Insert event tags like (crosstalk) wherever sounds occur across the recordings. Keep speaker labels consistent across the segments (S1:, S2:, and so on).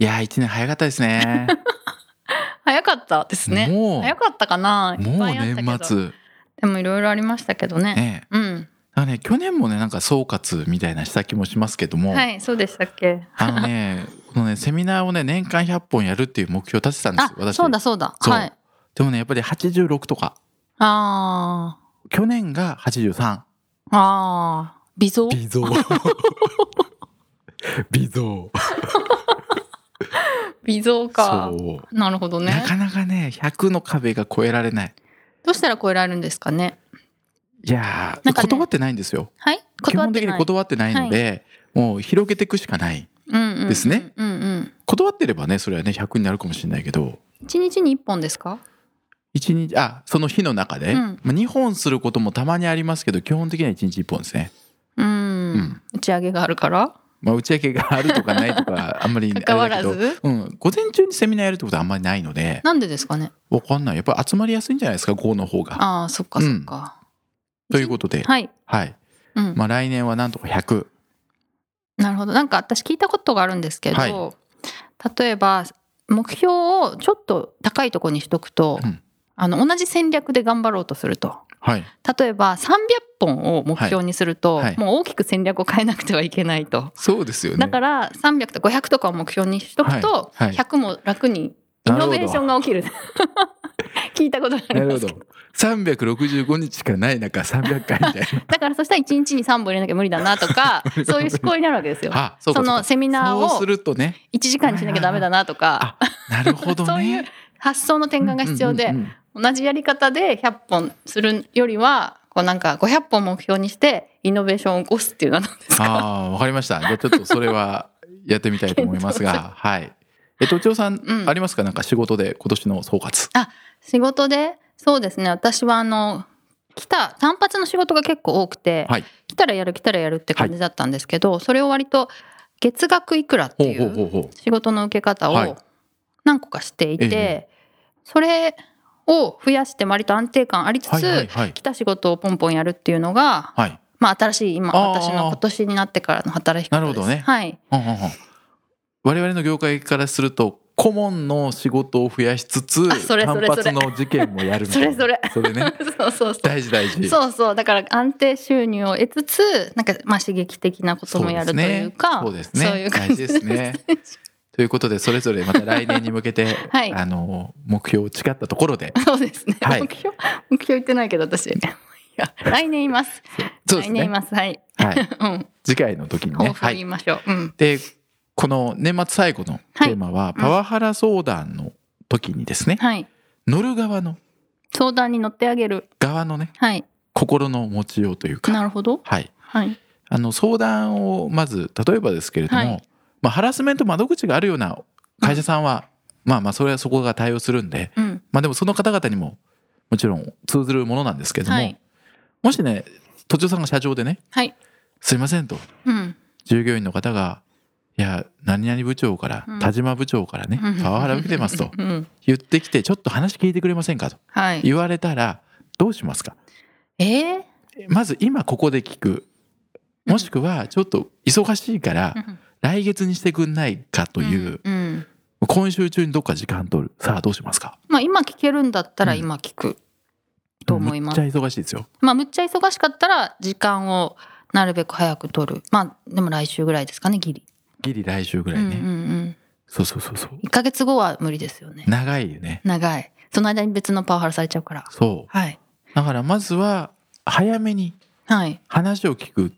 S1: いやー一年早かったですね
S2: 早かったですね
S1: もう
S2: 早かったかな
S1: (laughs) もう
S2: いっぱいあ
S1: 年
S2: ったけど
S1: 末
S2: でもいろいろありましたけどね
S1: ね
S2: うん
S1: あね去年もねなんか総括みたいなした気もしますけども、
S2: はいそうでしたっけ
S1: あのねこのねセミナーをね年間100本やるっていう目標を立てたんですよ
S2: あ
S1: 私
S2: そうだそうだ
S1: そう
S2: はい
S1: でもねやっぱり86とか
S2: あ
S1: 去年が83
S2: ーあー微増
S1: 微増 (laughs) 微増
S2: 微増か
S1: そう
S2: なるほどね
S1: なかなかね100の壁が超えられない
S2: どうしたら超えられるんですかね
S1: いやー
S2: なんかね
S1: 断ってないんですよ
S2: はい
S1: 基本的に
S2: 断
S1: 断ってないので、もう広げていくしかない
S2: うんうん
S1: ですね
S2: うんうん
S1: 断ってればねそれはね100になるかもしれないけど
S2: 一日に一本ですか
S1: 一日あその日の中で、
S2: うん
S1: まあ、2本することもたまにありますけど基本的には1日1本ですね、
S2: うん、
S1: ん
S2: 打ち上げがあるから
S1: まあ、打ち明けがあるとかないと
S2: (laughs)
S1: かあんまりあれだけど
S2: 関わらず
S1: うん、午前中にセミナーやるってことはあんまりないので
S2: なんでですかね
S1: わかんないやっぱり集まりやすいんじゃないですか5の方が。
S2: ああそっかそっか、
S1: ということで、
S2: はい、
S1: はい
S2: うん
S1: まあ、来年はなんとか100
S2: なるほどなんか私聞いたことがあるんですけど、
S1: はい
S2: 例えば目標をちょっと高いとこにしとくと、
S1: うん
S2: あの同じ戦略で頑張ろうとすると
S1: はい
S2: 例えば300本を目標にすると、
S1: はいはい
S2: もう大きく戦略を変えなくてはいけないと、
S1: そうですよね
S2: だから300と500とかを目標にしとくと、
S1: はいはい
S2: 100も楽にイノベーションが起きる (laughs) 聞いたことがあり
S1: なる
S2: ま
S1: ほ
S2: す
S1: ど
S2: けど
S1: 365日しかない中300回みたいな
S2: だからそしたら1日に3本入れなきゃ無理だなと
S1: (laughs)
S2: かそういう思考になるわけです (laughs) よ。
S1: あそう
S2: そ
S1: かそう
S2: の
S1: か
S2: セミナー
S1: そう
S2: を
S1: するとね
S2: 1時間にしなきゃダメだなとか
S1: あなるほど
S2: (laughs)
S1: ね
S2: そういう発想の転換が必要で、
S1: うんうんうんうん
S2: 同じやり方で100本するよりはこうなんか500本目標にしてイノベーションを起こすっていうのはどうです
S1: あ
S2: か
S1: あわかりましたじゃあちょっとそれはやってみたいと思います
S2: (laughs) 検
S1: がはいえっと長さん、
S2: うん
S1: ありますかなんか仕事で今年の総括
S2: 仕事でそうですね私はあの来た単発の仕事が結構多くて、
S1: はい
S2: 来たらやる来たらやるって感じだったんですけど、それを割と月額いくらって
S1: ほう
S2: い
S1: ほうほ
S2: う
S1: うほう
S2: 仕事の受け方
S1: はい
S2: を何個かしていて、
S1: え
S2: それを増やして割と安定感ありつつ、
S1: はいはいはい
S2: 来た仕事をポンポンやるっていうのが、
S1: はい
S2: まあ、新しい今
S1: あー
S2: 私の今年になってからの働き方です
S1: なるほどね
S2: はい、
S1: うんうんうん我々の業界からすると顧問の仕事を増やしつつ
S2: あそれそ
S1: 単
S2: れそれ
S1: 発の事件もやるみたいな
S2: それ
S1: それね
S2: (laughs) そうそうそう
S1: 大事大事
S2: そうそうだから安定収入を得つつなんかまあ刺激的なこともやるというか
S1: そうですね
S2: そういう感じ
S1: 大事で
S2: (laughs)
S1: すねということでそれぞれまた来年に向けて、
S2: はい
S1: あの目標を誓ったところ
S2: (laughs)
S1: で
S2: そうですね、
S1: はい
S2: 目標 (laughs) 目標言ってないけど私いや来年います
S1: そう
S2: 来
S1: で
S2: 年
S1: す
S2: い
S1: ね、
S2: ますはい、
S1: はい、
S2: うん、
S1: 次回の時にね
S2: 抱負
S1: は
S2: 言い
S1: い
S2: ましょう、うん
S1: でこの年末最後のテーマは、パワハラ相談の時にですね、
S2: はい
S1: 乗る側の
S2: 相談に乗ってあげる
S1: 側のね
S2: はい
S1: 心の持ちようという
S2: な
S1: か
S2: るほど
S1: はい
S2: はい
S1: あの相談をまず例えばですけれども、
S2: はい
S1: まあ、ハラスメント窓口があるような会社さんは、まあまあそれはそこが対応するんで、
S2: うん
S1: まあ、でもその方々にももちろん通ずるものなんですけども、
S2: はい
S1: もしね途中さんが社長でね
S2: はい
S1: 「すいません」と
S2: うん
S1: 従業員の方が「いや何々部長から、
S2: うん
S1: 田島部長からね
S2: うん
S1: パワハラ受けてます」と
S2: うんうん
S1: 言ってきて「ちょっと話聞いてくれませんか?」と
S2: はい
S1: 言われたらどうしますか
S2: えー
S1: まず今ここで聞くもしくはちょっと忙しいから
S2: うん
S1: 来月にしてくんないかという、
S2: うんうん
S1: 今週中にどっか時間取るさあどうしますか
S2: まあ今聞けるんだったら今聞く、と思います
S1: むっちゃ忙しいですよ
S2: まあ、むっちゃ忙しかったら時間をなるべく早く取るまあでも来週ぐらいですかねギリ、
S1: ギリ来週ぐらいね、
S2: うんうんうん
S1: そうそうそうそう
S2: 1ヶ月後は無理ですよね
S1: 長いよね
S2: 長いその間に別のパワハラされちゃうから
S1: そう
S2: はい
S1: だからまずは早めに
S2: はい
S1: 話を聞く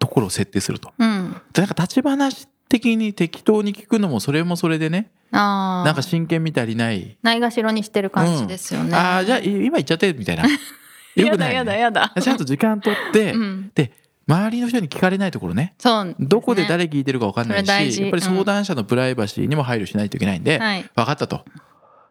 S1: ところを設定すると。
S2: うん
S1: なんか立ち話的に適当に聞くのもそれもそれでね
S2: あ
S1: なん
S2: あ
S1: か真剣みたりない、
S2: ないがしろにしてる感じですよね、
S1: ああじゃあい今言っちゃってみたいなよくない、ね、
S2: やだやだやだ
S1: ちゃんと時間取って、
S2: うん
S1: で周りの人に聞かれないところね
S2: そう
S1: どこで誰聞いてるか分かんない
S2: それ大
S1: し、
S2: 事
S1: やっぱり相談者のプライバシーにも配慮しないといけないんで、
S2: はい
S1: 分かったと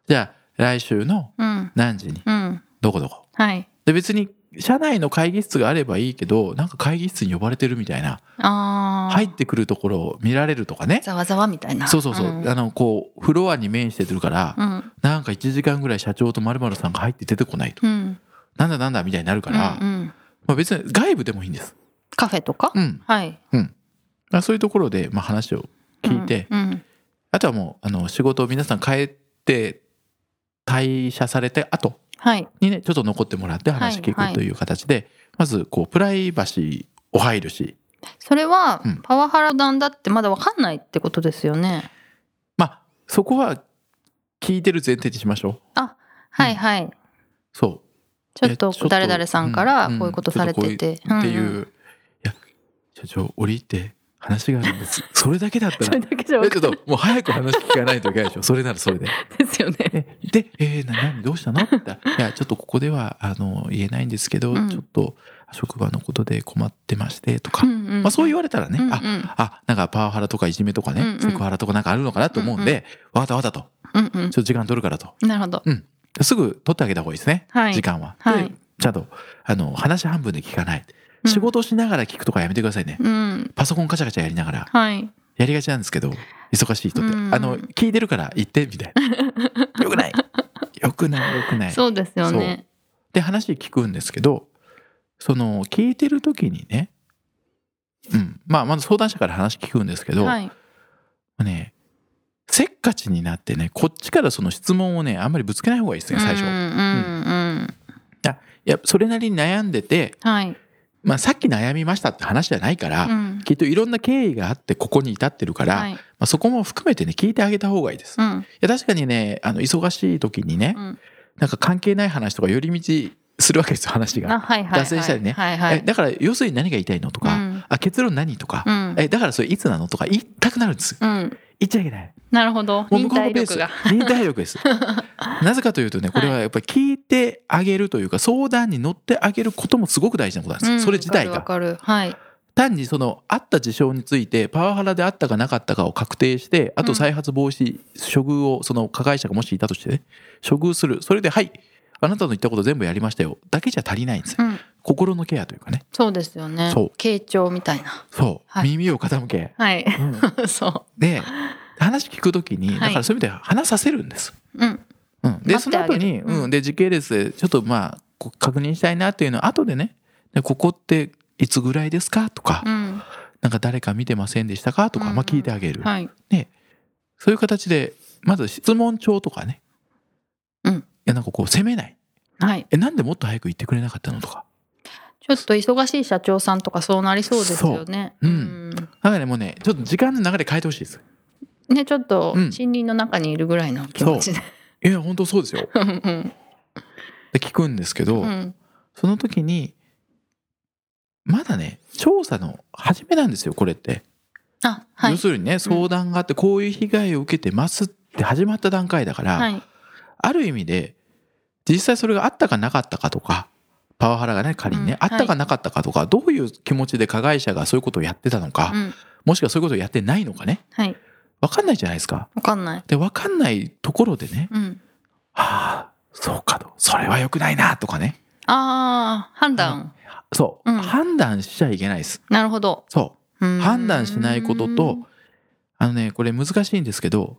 S1: じゃあ来週の
S2: うん
S1: 何時に
S2: うん
S1: どこどこ
S2: はい
S1: で別に社内の会議室があればいいけどなんか会議室に呼ばれてるみたいな
S2: ああ
S1: 入ってくるところを見られるとかね
S2: ざわざわみたいな
S1: そうそうそう、
S2: ん
S1: あのこうフロアに面してるから、
S2: うん
S1: なんか1時間ぐらい社長と〇〇さんが入って出てこないと、
S2: うん
S1: なんだなんだみたいになるから、
S2: うんうん
S1: まあ、別に外部でもいいんです、
S2: カフェとか
S1: うん
S2: はい
S1: まあ、そういうところでまあ話を聞いて、
S2: うん
S1: あとはもうあの仕事を皆さん帰って退社されて後
S2: はい
S1: にねちょっと残ってもらって話聞
S2: はい
S1: くという形で、まずこうプライバシーを配慮し
S2: それは
S1: うん
S2: パワハラなんだってまだわかんないってことですよね
S1: まあそこは聞いてる前提にしましょう
S2: はいはい
S1: そう
S2: ちょっと
S1: えちょっと
S2: 誰々さんからこういうことされてて
S1: っていう、
S2: んん
S1: いや社長降りて話がある
S2: (laughs)
S1: んですそれだけだった
S2: それ
S1: ら
S2: だけじゃわ
S1: えちょ
S2: か
S1: っ
S2: んな
S1: と
S2: い
S1: もう早く話聞かないといけないでしょそれなら
S2: (laughs)
S1: それで
S2: ですよね
S1: えで「えー、な何どうしたの?」って言ったら
S2: (laughs)
S1: 「いやちょっとここではあの言えないんですけど、
S2: うん
S1: ちょっと職場のことで困ってまして」
S2: (laughs)
S1: とか、
S2: ま
S1: まあ、そう言
S2: わ
S1: われたらね「
S2: うんうん
S1: ああなんかパワハラとかいじめとかね、
S2: うんうん
S1: セクハラとかなんかあるのかなと思うんで「わかったわかった」と
S2: うんうん
S1: 「ちょっと時間取るから」と
S2: なるほど
S1: すぐ取ってあげた方がいいですね、
S2: はい
S1: 時間は。で
S2: はい
S1: ちゃんとあの話半分で聞かない、
S2: うん
S1: 仕事しながら聞くとかやめてくださいね。
S2: うん
S1: パソコンカチャカチャやりながら
S2: はい
S1: やりがちなんですけど忙しい人って、
S2: うん
S1: あの聞いてるから言ってみたい
S2: (laughs)
S1: なよくないよくないよくない
S2: そうですよね
S1: で話聞くんですけどその聞いてる時にね、うんまあ、まず相談者から話聞くんですけど、
S2: はい
S1: ねせっかちになってねこっちからその質問をねあんまりぶつけない方がいいですね最初、
S2: うんう
S1: い
S2: んうん
S1: やそれなりに悩んでて、
S2: はい
S1: まあ、さっき悩みましたって話じゃないから、
S2: うん
S1: きっといろんな経緯があってここに至ってるから、
S2: はい
S1: まあ、そこも含めてね聞いてあげた方がいいです、い
S2: うん
S1: や確かにねあの忙しい時にね、
S2: うん
S1: なんか関係ない話とか寄り道するわけですよ話が
S2: あはいはいはい
S1: 脱線したりね
S2: はいは
S1: え
S2: い
S1: だから要するに何が言いたいのとか、
S2: うん
S1: あ結論何とか、
S2: うん
S1: えだからそれいつなのとか言いたくなるんです
S2: うん
S1: 言っちゃいけない
S2: なるほど
S1: もう
S2: 忍
S1: 向こうの
S2: 耐
S1: ペース
S2: 力が
S1: 忍耐力です
S2: (laughs)
S1: なぜかというとねこれはやっぱり聞いてあげるというか相談に乗ってあげることもすごく大事なことなんです、
S2: うん
S1: それ自体
S2: わ
S1: が
S2: かるわかるはい
S1: 単にそのあった事象についてパワハラであったかなかったかを確定してあ
S2: う
S1: と
S2: ん
S1: 再発防止処遇をその加害者がもしいたとしてね処遇するそれではいあなたの言ったこと全部やりましたよだけじゃ足りないんです
S2: うん
S1: 心のケアというかね
S2: そうですよね
S1: そう
S2: 傾聴みたいな
S1: そう、
S2: はい
S1: 耳を傾け、
S2: はい
S1: うん
S2: (laughs) そ
S1: で話聞くときに
S2: い
S1: だからそういう意味では話させるんです、
S2: ううん
S1: うん、で
S2: 待
S1: そ
S2: って
S1: の
S2: あげる
S1: 後に、
S2: うん
S1: うん、で時系列でちょっとまあこう確認したいなっていうのは後でねでここっていつぐらいですかとか、
S2: うん
S1: なんか誰か見てませんでしたかとか、
S2: うん
S1: まあ、聞いてあげる、
S2: はい
S1: そういう形でまず質問帳とかね、
S2: うん
S1: いやなんかこう責めない
S2: はい
S1: えなんでもっと早く言ってくれなかったのとか
S2: ちょっと忙しい社長さんとかそうなりそうですよね
S1: そううん
S2: ん
S1: だからねもうねちょっと時間の流れ変えてほしいです
S2: ねちょっと
S1: うん
S2: 森林の中にいるぐらいの気持ちで
S1: いや本当そうですよ
S2: うんうん
S1: で聞くんですけど、
S2: うん
S1: その時にまだね調査の初めなんですよこれって、
S2: あは
S1: 要
S2: い
S1: するにね相談があってこういう被害を受けてますって始まった段階だから、
S2: はい
S1: ある意味で実際それがあったかなかったかとかパワハラがね仮にね、
S2: うん
S1: あったかなかったかとかどういう気持ちで加害者がそういうことをやってたのか、
S2: うん
S1: もしくはそういうことをやってないのかね
S2: はい
S1: 分かんないじゃないですか。
S2: わかんない
S1: で分かんないところでね
S2: うん
S1: 「はあそうか」と「それは良くないな」とかね
S2: ああ判断
S1: そう、
S2: うん
S1: 判断しちゃいけないです。
S2: なるほど
S1: そう
S2: うん
S1: 判断しないこととあのねこれ難しいんですけど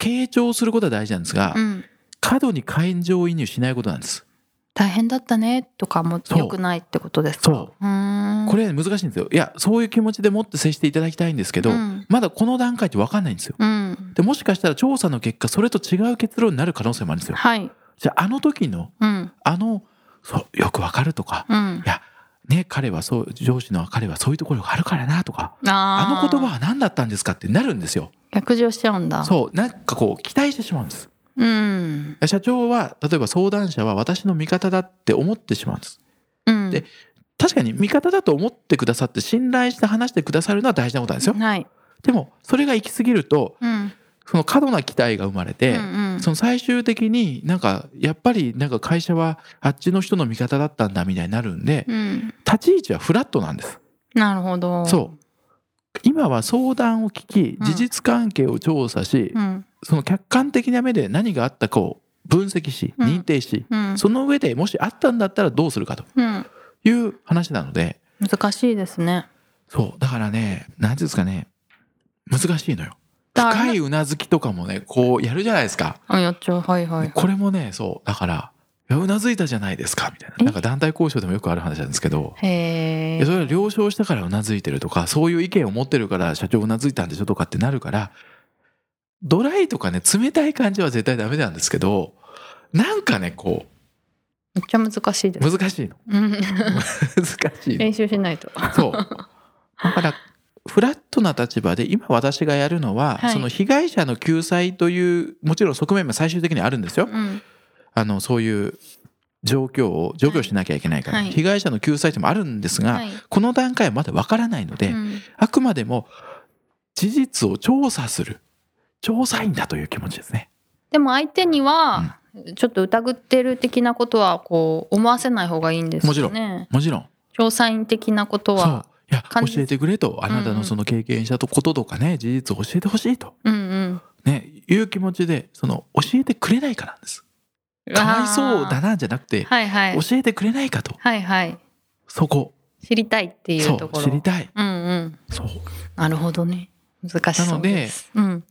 S1: 傾聴することは大事なんですが、
S2: うん
S1: 過度に感情移入しないことなんです。
S2: 大変だったねとかも
S1: そう
S2: 良くないってことですか
S1: そう
S2: うーん
S1: これ難しいんですよ。いや、そういう気持ちでもって接していただきたいんですけど、
S2: うん
S1: まだこの段階って分かんないんですよ。
S2: うん
S1: で、もしかしたら調査の結果、それと違う結論になる可能性もあるんですよ。
S2: はい
S1: じゃあ、あの時の、
S2: うん
S1: あの、そう、よく分かるとか、
S2: うん
S1: いや、ね、彼はそう、上司の彼はそういうところがあるからなとか、あ
S2: あー
S1: の言葉は何だったんですかってなるんですよ。
S2: 逆上しちゃうんだ
S1: そう、なんかこう、期待してしまうんです。
S2: うん
S1: 社長は、例えば相談者は私の味方だって思ってしまうんです。
S2: うん
S1: で確かに味方だと思ってくださって、信頼して話してくださるのは大事なことなんですよ。
S2: はい
S1: でもそれが行き過ぎると
S2: うん
S1: その過度な期待が生まれて、
S2: うんうんうん
S1: その最終的になんかやっぱりなんか会社はあっちの人の味方だったんだみたいになるんで
S2: うん
S1: 立ち位置はフラットなんです
S2: なるほど
S1: そう今は相談を聞き
S2: うん
S1: 事実関係を調査し、
S2: うん
S1: その客観的な目で何があったかを分析し
S2: うん
S1: 認定し、
S2: うん
S1: その上でもしあったんだったらどうするかと
S2: うん
S1: いう話なので
S2: 難しいですね
S1: そうだからね何ていうんですかね難しいのよ
S2: だから
S1: 深いうなずきとかもねこうやるじゃないですか
S2: あやっちゃうはいはい
S1: これもねそうだから「いやうなずいたじゃないですか」みたい
S2: え
S1: ななんか団体交渉でもよくある話なんですけど
S2: へ
S1: い
S2: え
S1: やそれは了承したからうなずいてるとかそういう意見を持ってるから社長うなずいたんでしょとかってなるからドライとかね冷たい感じは絶対ダメなんですけどなんかねこ
S2: めっちゃ難しいで
S1: う
S2: す
S1: 難しいの (laughs)
S2: うん
S1: 難しいの
S2: 練習しないと
S1: そうだからフラットな立場で今私がやるのは、
S2: はい
S1: その被害者の救済というもちろん側面も最終的にあるんですよ、
S2: うん
S1: あのそういう状況を除去しなきゃいけないから、
S2: はい
S1: 被害者の救済というのもあるんですが、
S2: はい
S1: この段階はまだわからないので、
S2: うん
S1: あくまでも事実を調査する調査員だという気持ちですね。
S2: でも相手にはちょっと疑ってる的なことはこう思わせない方がいいんですよね
S1: もちろ
S2: ん
S1: もちろ
S2: 調
S1: ん
S2: 査員的なこと
S1: そう
S2: はい
S1: や
S2: 感じ
S1: 教えてくれとあなた
S2: うんう
S1: の
S2: ん
S1: その経験したこととかね事実を教えてほしいと、
S2: うんうん
S1: ね、いう気持ちでその教えてくれないかなんです。かわいそうだなじゃなくて、
S2: はいはい
S1: 教えてくれないかと
S2: はいはい
S1: そこ
S2: 知りたいっていう
S1: そ
S2: とこ
S1: う
S2: ろ
S1: 知りたい
S2: うんうん
S1: そう
S2: なるほどね難しそうですうん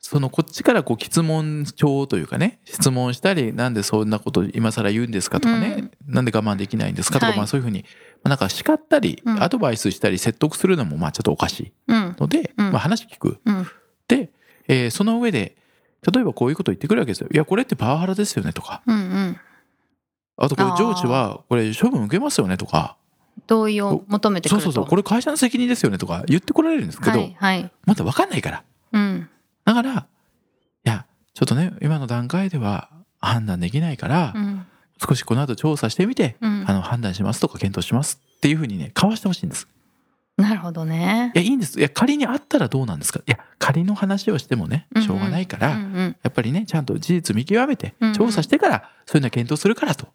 S1: そのこっちからこう質問帳というかね質問したりなんでそんなこと今更言うんですかとかね、なんで我慢できないんですかとか、
S2: はい
S1: まあそういうふうにまあなんか叱ったり、
S2: うん
S1: アドバイスしたり説得するのもまあちょっとおかしい
S2: うん
S1: ので、
S2: うん
S1: まあ、話聞く
S2: うん
S1: で、えーその上で例えばこういうこと言ってくるわけですよ「いやこれってパワハラですよね」とか
S2: うんうん
S1: 「あとこれ
S2: あー
S1: 上司はこれ処分受けますよね」とか
S2: 同意を求め
S1: 「
S2: てく
S1: そう
S2: ると
S1: そうそうこれ会社の責任ですよね」とか言ってこられるんですけど、
S2: はいはい
S1: まだ分かんないから
S2: うん
S1: だからいやちょっとね今の段階では判断できないから、
S2: うん
S1: 少しこの後調査してみて、
S2: うん
S1: あの判断しますとか検討しますっていうふうにね交わしてほしいんです
S2: なるほどね
S1: いやいいんですいや仮にあったらどうなんですかいや仮の話をしてもねしょうがないから、
S2: うんうん
S1: やっぱりねちゃんと事実見極めて
S2: うんうん
S1: 調査してからそういうのは検討するからと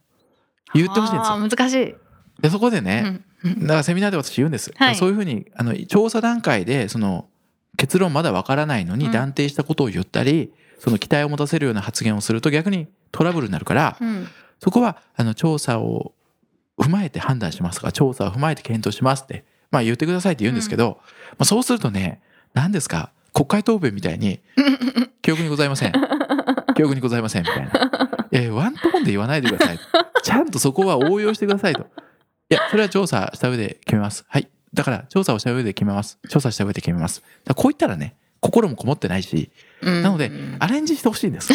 S1: 言ってほしいんです
S2: あ
S1: よ
S2: ー難しい
S1: でそこで
S2: う
S1: ね、
S2: んうん
S1: だからセミナーで私言うんです、
S2: はい
S1: そういうふうにあの調査段階でその結論まだわからないの
S2: う
S1: に
S2: ん
S1: 断定したことを言ったり、その期待を持たせるような発言をすると逆にトラブルになるから、
S2: うん
S1: そこはあの調査を踏まえて判断しますとか調査を踏まえて検討しますって、まあ、言ってくださいって言うんですけど、まあ、そうするとね何ですか国会答弁みたい (laughs) に「記憶にございません」「記憶にございません」みたいな「えワントーンで言わないでください」「ちゃんとそこは応用してください」と「いやそれは調査した上で決めます」はいだから調査をした上で決めます調査した上で決めますだからこう言ったらね心もこもってないし
S2: うん
S1: なのでアレンジしてほしい
S2: (laughs)
S1: んです。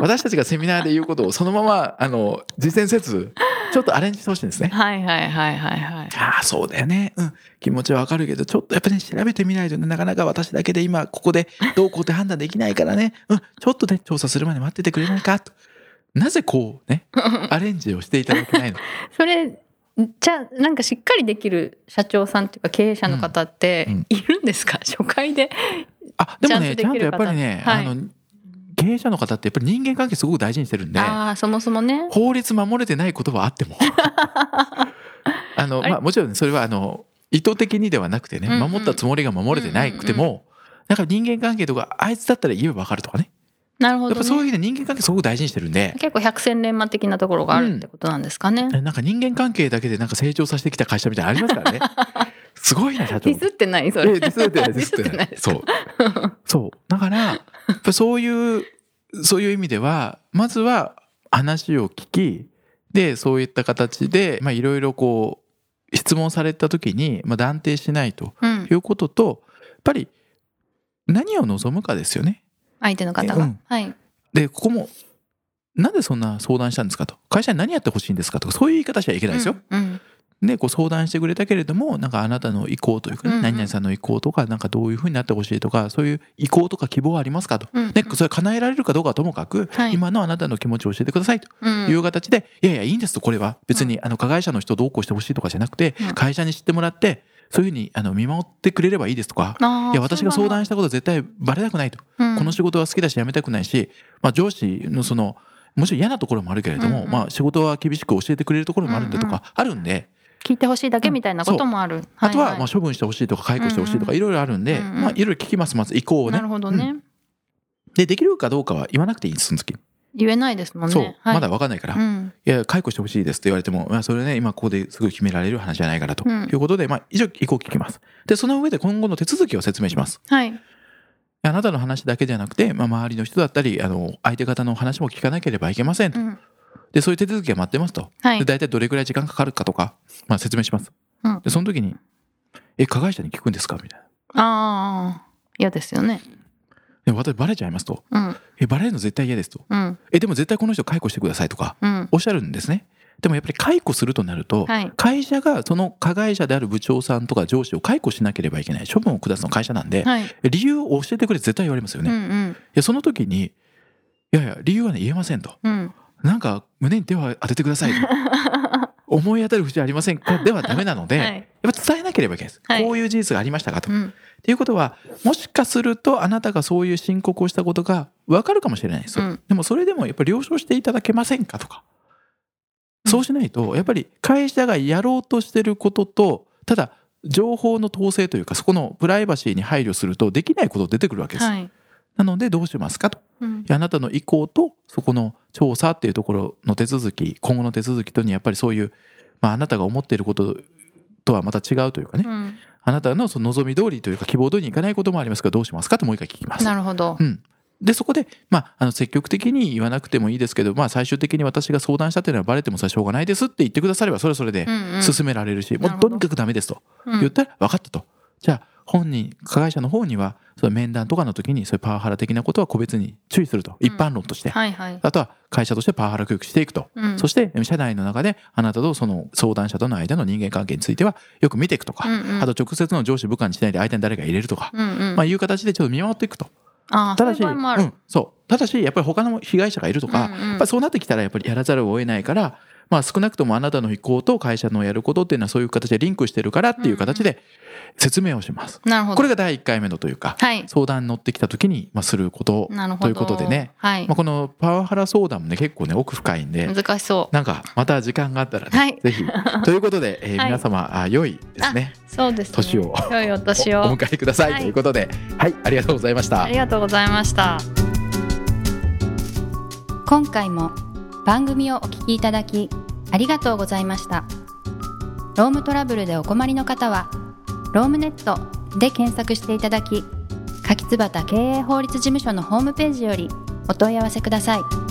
S1: 私たちがセミナーで言うことをそのままあの実践せずちょっとアレンジしてほしいんですね。
S2: はいはいはいはいはい
S1: ああそうだよね、うん、気持ちはわかるけどちょっとやっぱり、ね、調べてみないとねなかなか私だけで今ここでどうこうって判断できないからね、うん、ちょっとね調査するまで待っててくれないかとなぜこ
S2: (laughs)
S1: うねアレンジをしていただけないのか、
S2: それじゃあなんかしっかりできる社長さんっていうか経営者の方って
S1: うんうん
S2: いるんですか、 (laughs) 初回で
S1: あでもね
S2: ち
S1: ち
S2: ゃ
S1: ゃ
S2: ん
S1: ん
S2: とで
S1: と
S2: き
S1: や
S2: る
S1: っ
S2: 方
S1: ぱりね、
S2: はい
S1: あの経営者の方ってやっぱり人間関係すごく大事にしてるんで。
S2: ああそもそもね
S1: 法律守れてないことは
S2: (laughs)
S1: あってもあの
S2: あれ
S1: まあ、もちろんそれはあの意図的にではなくてね
S2: うんうん
S1: 守ったつもりが守れてなくても、なんか人間関係とかあいつだったら言えば分かるとかね
S2: なるほ
S1: やっ
S2: ど、
S1: ぱ
S2: ね、
S1: そういうふうに人間関係すごく大事にしてるんで
S2: 結構百戦錬磨的なところがあるってことなんですかね、
S1: なんか人間関係だけでなんか成長させてきた会社みたいなのあります
S2: (laughs)
S1: からねすごいな社長
S2: ディスってないそ
S1: え
S2: れ
S1: えディスってないディスっ
S2: ディスって
S1: て
S2: な
S1: ないいそうそうだからやっぱそういうそういう意味ではまずは話を聞きでそういった形でまあいろいろこう質問された時に、まあ、断定しないと
S2: うん
S1: いうこととやっぱり何を望むかですよね。
S2: 相手の方が、
S1: うん
S2: はい
S1: でここもなんでそんな相談したんですかと会社に何やってほしいんですかとかそういう言い方しちゃいけないですよ。
S2: うんうん
S1: ね、こう相談してくれたけれどもなんかあなたの意向というか、
S2: う
S1: ね
S2: んうん
S1: 何々さんの意向とかなんかどういうふうになってほしいとかそういう意向とか希望はありますかと、
S2: うん
S1: ね、それ叶えられるかどうかはともかく、
S2: はい
S1: 今のあなたの気持ちを教えてくださいと
S2: うん
S1: いう形で、いやいやいいんですとこれは別にあの加害者の人どうこうしてほしいとかじゃなくて、
S2: うん
S1: 会社に知ってもらってそういうふうにあの見守ってくれればいいですとか、
S2: あー
S1: いや私が
S2: そうなん
S1: 相
S2: だ
S1: 談したことは絶対バレたくないと、
S2: うん
S1: この仕事は好きだし辞めたくないし、まあ、上司のそのもちろん嫌なところもあるけれども、
S2: うんうん
S1: まあ、仕事は厳しく教えてくれるところもあるんでと
S2: うんうん
S1: かあるんで、
S2: 聞いてほしいだけみたいなこともある、
S1: あとはま
S2: も
S1: あ処分してほしいとか解雇してほしいと
S2: うんう
S1: か
S2: ん
S1: いろいろあるんで、
S2: うんうん
S1: まあ、いろいろ聞きますまず意向をね
S2: なるほどね、
S1: うんでできるかどうかは言わなくていいんですその時、
S2: 言えないですもんね
S1: そう、
S2: はい、
S1: まだ分かんないから、
S2: う
S1: い
S2: ん
S1: や解雇してほしいですと言われても、まあ、それね今ここですぐ決められる話じゃないからと、
S2: うん
S1: いうことで、まあ、以上意向を聞きますでその上で今後の手続きを説明します
S2: はい
S1: あなたの話だけじゃなくて、まあ、周りの人だったりあの相手方の話も聞かなければいけませんと、
S2: うん
S1: でそういう手続きが待ってますと
S2: は
S1: で
S2: い
S1: 大体どれぐらい時間かかるかとか、まあ、説明します、
S2: うん
S1: でその時に「え加害者に聞くんですか?」みたいな
S2: ああ嫌ですよね
S1: 「で私バレちゃいます」と
S2: うん
S1: 「えバレるの絶対嫌です」と
S2: うん
S1: 「えでも絶対この人解雇してください」とか
S2: うん
S1: おっしゃるんですねでもやっぱり解雇するとなると、
S2: はい
S1: 会社がその加害者である部長さんとか上司を解雇しなければいけない処分を下すの会社なんで、
S2: はい、
S1: 理由を教えてくれって絶対言われますよ
S2: う
S1: ね、い
S2: ん
S1: やその時にいやいや理由はね言えませんと
S2: うんうん
S1: なんか胸に手を当ててください
S2: (laughs)
S1: と思い当たる節ありませんかではダメなので、
S2: はい
S1: やっぱ伝えなければいけないです、
S2: はい
S1: こういう事実がありましたかと。
S2: う
S1: っ
S2: ん
S1: ていうことはもしかするとあなたがそういう申告をしたことが分かるかもしれないです、
S2: うん
S1: でもそれでもやっぱり了承していただけませんかとかそうしないとやっぱり会社がやろうとしてることとただ情報の統制というかそこのプライバシーに配慮するとできないこと出てくるわけです、
S2: はい
S1: なのでどうしますかと
S2: うん
S1: いやあなたの意向とそこの調査っていうところの手続き今後の手続きとにやっぱりそういう、まあ、あなたが思っていることとはまた違うというかね、
S2: うん
S1: あなたのその望み通りというか希望通りにいかないこともありますがどうしますかともう一回聞きます。
S2: なるほど
S1: うん、でそこで、まあ、あの積極的に言わなくてもいいですけど、まあ、最終的に私が相談したというのはバレてもさしょうがないですって言ってくださればそれはそれで
S2: うんうん
S1: 進められるし、
S2: なる
S1: もう
S2: ほど
S1: とにかくダメですと
S2: うん
S1: 言ったら分かったと。じゃあ本人加害者の方にはその面談とかの時にそういうパワハラ的なことは個別に注意すると一般論として、
S2: はいはい
S1: あとは会社としてパワハラ教育していくと、
S2: うん
S1: そして社内の中であなたとその相談者との間の人間関係についてはよく見ていくとか、
S2: うんうん
S1: あと直接の上司部下にしないで相手に誰か入れるとか、
S2: うんうん
S1: まあ、いう形でちょっと見守っていくと
S2: ああ
S1: ただし、
S2: そういう場合もある
S1: うん、そうただしやっぱり他の被害者がいるとか、
S2: うんうん
S1: やっぱりそうなってきたらやっぱりやらざるを得ないから、まあ、少なくともあなたの意向と会社のやることっていうのはそういう形でリンクしてるからっていう形で説明をします。
S2: なるほど
S1: これが第1回目のというか、
S2: はい
S1: 相談に乗ってきた時に、まあ、すること
S2: なるほど
S1: ということでね、
S2: はい
S1: まあ、このパワハラ相談もね結構ね奥深いんで
S2: 難しそう
S1: なんかまた時間があったらね、
S2: はい
S1: ぜ
S2: (laughs)
S1: ひということで、えー
S2: はい
S1: 皆様あ良いですね
S2: そうですね
S1: 年を
S2: 良いお年を
S1: おお迎えください、
S2: はい
S1: ということではいありがとうございました
S2: あり。がとうございました
S3: 今回も番組をお聞きいただきありがとうございましたロームトラブルでお困りの方は「ロームネット」で検索していただき柿椿経営法律事務所のホームページよりお問い合わせください